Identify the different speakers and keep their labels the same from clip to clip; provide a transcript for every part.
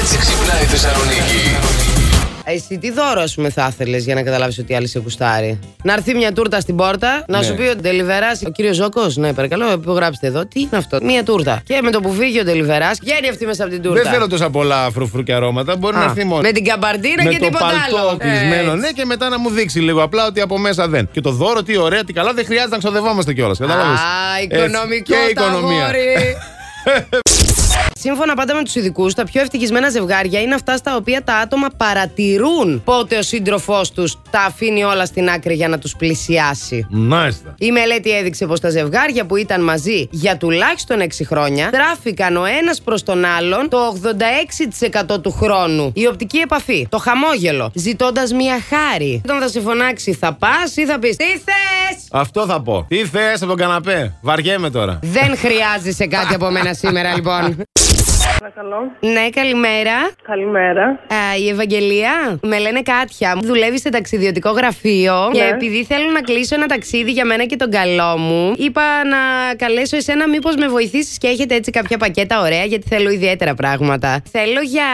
Speaker 1: έτσι ξυπνάει η Θεσσαλονίκη.
Speaker 2: Ε, Εσύ τι δώρο, ας πούμε, θα ήθελες για να καταλάβεις ότι η άλλη σε κουστάρει. Να έρθει μια τούρτα στην πόρτα, να
Speaker 3: Ναι.
Speaker 2: σου πει ο Ντελιβεράς, ο κύριος Ζόκο, ναι, παρακαλώ, υπογράψτε εδώ, τι είναι αυτό. Μια τούρτα. Και με το που φύγει ο Ντελιβεράς, βγαίνει αυτή μέσα από την τούρτα.
Speaker 3: Δεν θέλω τόσα πολλά φρουφρού και αρώματα. Μπορεί να
Speaker 2: Α,
Speaker 3: έρθει μόνο.
Speaker 2: με την καμπαρτίνα
Speaker 3: Με
Speaker 2: και
Speaker 3: το
Speaker 2: τίποτα
Speaker 3: παλτό
Speaker 2: άλλο. Ε,
Speaker 3: κλεισμένο,
Speaker 2: Έτσι.
Speaker 3: ναι, και μετά να μου δείξει λίγο απλά ότι από μέσα δεν. Και το δώρο, τι ωραία, τι καλά, δεν χρειάζεται να ξοδευόμαστε κιόλας.
Speaker 2: Α,
Speaker 3: Κατάλαβε.
Speaker 2: οικονομικό
Speaker 3: Και η
Speaker 2: το
Speaker 3: οικονομία.
Speaker 2: αγόρι. Σύμφωνα πάντα με τους ειδικούς, τα πιο ευτυχισμένα ζευγάρια είναι αυτά στα οποία τα άτομα παρατηρούν πότε ο σύντροφός τους τα αφήνει όλα στην άκρη για να τους πλησιάσει.
Speaker 3: Μάλιστα.
Speaker 2: Η μελέτη έδειξε πως τα ζευγάρια που ήταν μαζί για τουλάχιστον 6 χρόνια τράφηκαν ο ένας προς τον άλλον το 86% του χρόνου. Η οπτική επαφή, το χαμόγελο, ζητώντας μία χάρη. Όταν θα σε φωνάξει, θα πας ή θα πεις Τι θες!
Speaker 3: Αυτό θα πω. Τι θες από τον καναπέ. Βαριέμαι τώρα.
Speaker 2: Δεν χρειάζεσαι κάτι από μένα σήμερα, λοιπόν.
Speaker 4: Παρακαλώ.
Speaker 2: Ναι, καλημέρα.
Speaker 4: Καλημέρα.
Speaker 2: Α, η Ευαγγελία, με λένε Κάτια. Δουλεύει σε ταξιδιωτικό γραφείο. Και επειδή θέλω να κλείσω ένα ταξίδι για μένα και τον καλό μου, είπα να καλέσω εσένα μήπως με βοηθήσεις και έχετε έτσι κάποια πακέτα ωραία, γιατί θέλω ιδιαίτερα πράγματα. Θέλω για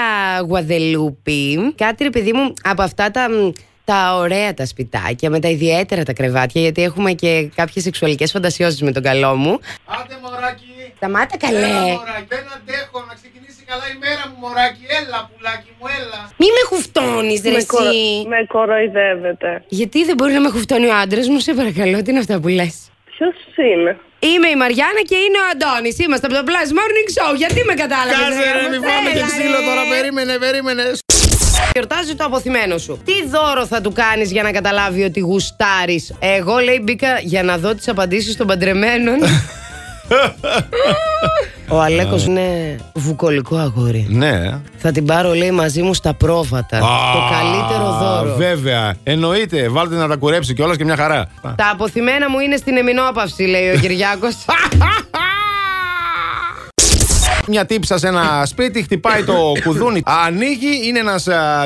Speaker 2: Γουαδελούπη. Κάτι ρε παιδί μου από αυτά τα. μ, Τα ωραία τα σπιτάκια, με τα ιδιαίτερα τα κρεβάτια, γιατί έχουμε και κάποιες σεξουαλικές φαντασιώσεις με τον καλό μου.
Speaker 3: Άντε, μωράκι.
Speaker 2: Σταμάτα καλέ!
Speaker 3: Δεν αντέχω να ξεκινήσει καλά η μέρα μου, μωράκι. Έλα, πουλάκι μου, έλα.
Speaker 2: Μη με χουφτώνεις, ρε
Speaker 4: με, κορο-
Speaker 2: εσύ.
Speaker 4: με κοροϊδεύετε.
Speaker 2: Γιατί δεν μπορεί να με χουφτώνει ο άντρας μου, σε παρακαλώ, τι είναι αυτά που λες.
Speaker 4: Ποιος είναι.
Speaker 2: Είμαι η Μαριάννα και είναι ο Αντώνης. Είμαστε από το Plus Morning Show. Γιατί με κατάλαβες.
Speaker 3: Κάτσε ρε, μην φάμε και ξύλο τώρα. Περίμενε, περίμενε.
Speaker 2: Γιορτάζει το αποθυμένο σου. Τι δώρο θα του κάνεις για να καταλάβει ότι γουστάρεις. Εγώ λέει μπήκα για να δω τις απαντήσεις των παντρεμένων. ο Αλέκος είναι βουκολικό αγόρι.
Speaker 3: Ναι.
Speaker 2: Θα την πάρω, λέει, μαζί μου στα πρόβατα. το
Speaker 3: Α,
Speaker 2: καλύτερο δώρο.
Speaker 3: Βέβαια. Εννοείται. Βάλτε να τα κουρέψει κιόλας και μια χαρά.
Speaker 2: Τα αποθυμένα μου είναι στην εμινόπαυση, λέει ο Κυριάκος.
Speaker 3: Μια τύψα σε ένα σπίτι, χτυπάει το κουδούνι. Ανοίγει, είναι ένας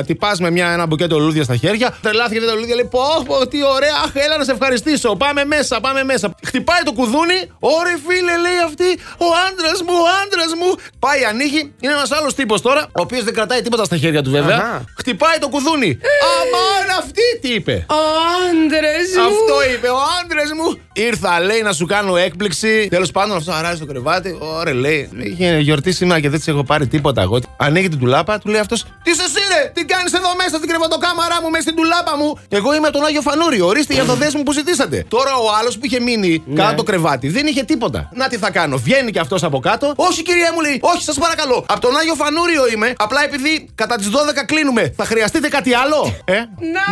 Speaker 3: τυπάς με μια, ένα μπουκέτο λουλούδια στα χέρια. Τρελάθηκε τα λουλούδια, λέει: Πώ, πω, τι ωραία, αχ, έλα να σε ευχαριστήσω. Πάμε μέσα, πάμε μέσα. Χτυπάει το κουδούνι, ωρε φίλε, λέει αυτή, ο άντρας μου, ο άντρας μου. Πάει, ανοίγει, είναι ένας άλλος τύπος τώρα, ο οποίος δεν κρατάει τίποτα στα χέρια του βέβαια.
Speaker 2: Αχα.
Speaker 3: Χτυπάει το κουδούνι. Αμάν αυτή τι είπε.
Speaker 2: Ο άντρε μου.
Speaker 3: Αυτό είπε ο άντρε μου. Ήρθα, λέει, να σου κάνω έκπληξη. Τέλος πάντων, αυτό αράζει το κρεβάτι. Ωραία, λέει. Είχε γιορτή σήμερα και δεν της έχω πάρει τίποτα εγώ. Ανοίγει την τουλάπα, του λέει αυτός. Τι σε σύρε, τι κάνεις εδώ μέσα στην κρεβατοκάμαρά μου, μέσα στην τουλάπα μου. Εγώ είμαι από τον Άγιο Φανούρη. Ορίστε για το δέσμο που ζητήσατε. Τώρα ο άλλος που είχε μείνει
Speaker 2: Ναι.
Speaker 3: κάτω από το κρεβάτι δεν είχε τίποτα. Να τι θα κάνω. Βγαίνει και αυτός από κάτω. Όχι, κυρία μου, λέει. Όχι, σας παρακαλώ. Από τον Άγιο Φανούριο είμαι. Απλά επειδή κατά τις 12 κλείνουμε. Θα χρειαστείτε κάτι άλλο. Ε,
Speaker 2: Να,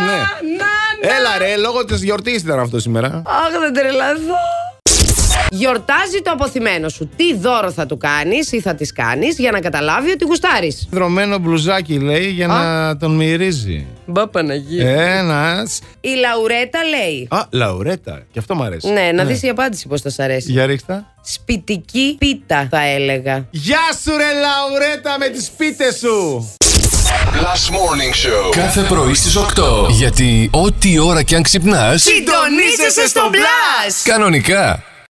Speaker 3: ναι.
Speaker 2: να, να.
Speaker 3: Έλα ρε, λόγω της γιορτής ήταν αυτό σήμερα.
Speaker 2: Αχ, δεν τρελαθώ. Γιορτάζει το αποθυμένο σου. Τι δώρο θα του κάνεις ή θα της κάνεις για να καταλάβει ότι γουστάρεις.
Speaker 3: Δρομένο μπλουζάκι λέει για να τον μυρίζει.
Speaker 2: Μπα
Speaker 3: Ε.
Speaker 2: Παναγία.
Speaker 3: Ένας.
Speaker 2: Η Λαουρέτα λέει.
Speaker 3: Α, λαουρέτα. Και αυτό μου αρέσει.
Speaker 2: Ναι, να δεις δεις η απάντηση πώς θα σ' αρέσει.
Speaker 3: Για ρίχτα.
Speaker 2: Σπιτική πίτα, θα έλεγα.
Speaker 3: Γεια σου ρε λαουρέτα με τις πίτες σου.
Speaker 1: Last Morning Show.
Speaker 5: Κάθε πρωί στις 8. Γιατί ό,τι ώρα κι αν ξυπνάς,
Speaker 2: Συντονίζεσαι στο μπλα!
Speaker 5: κανονικά.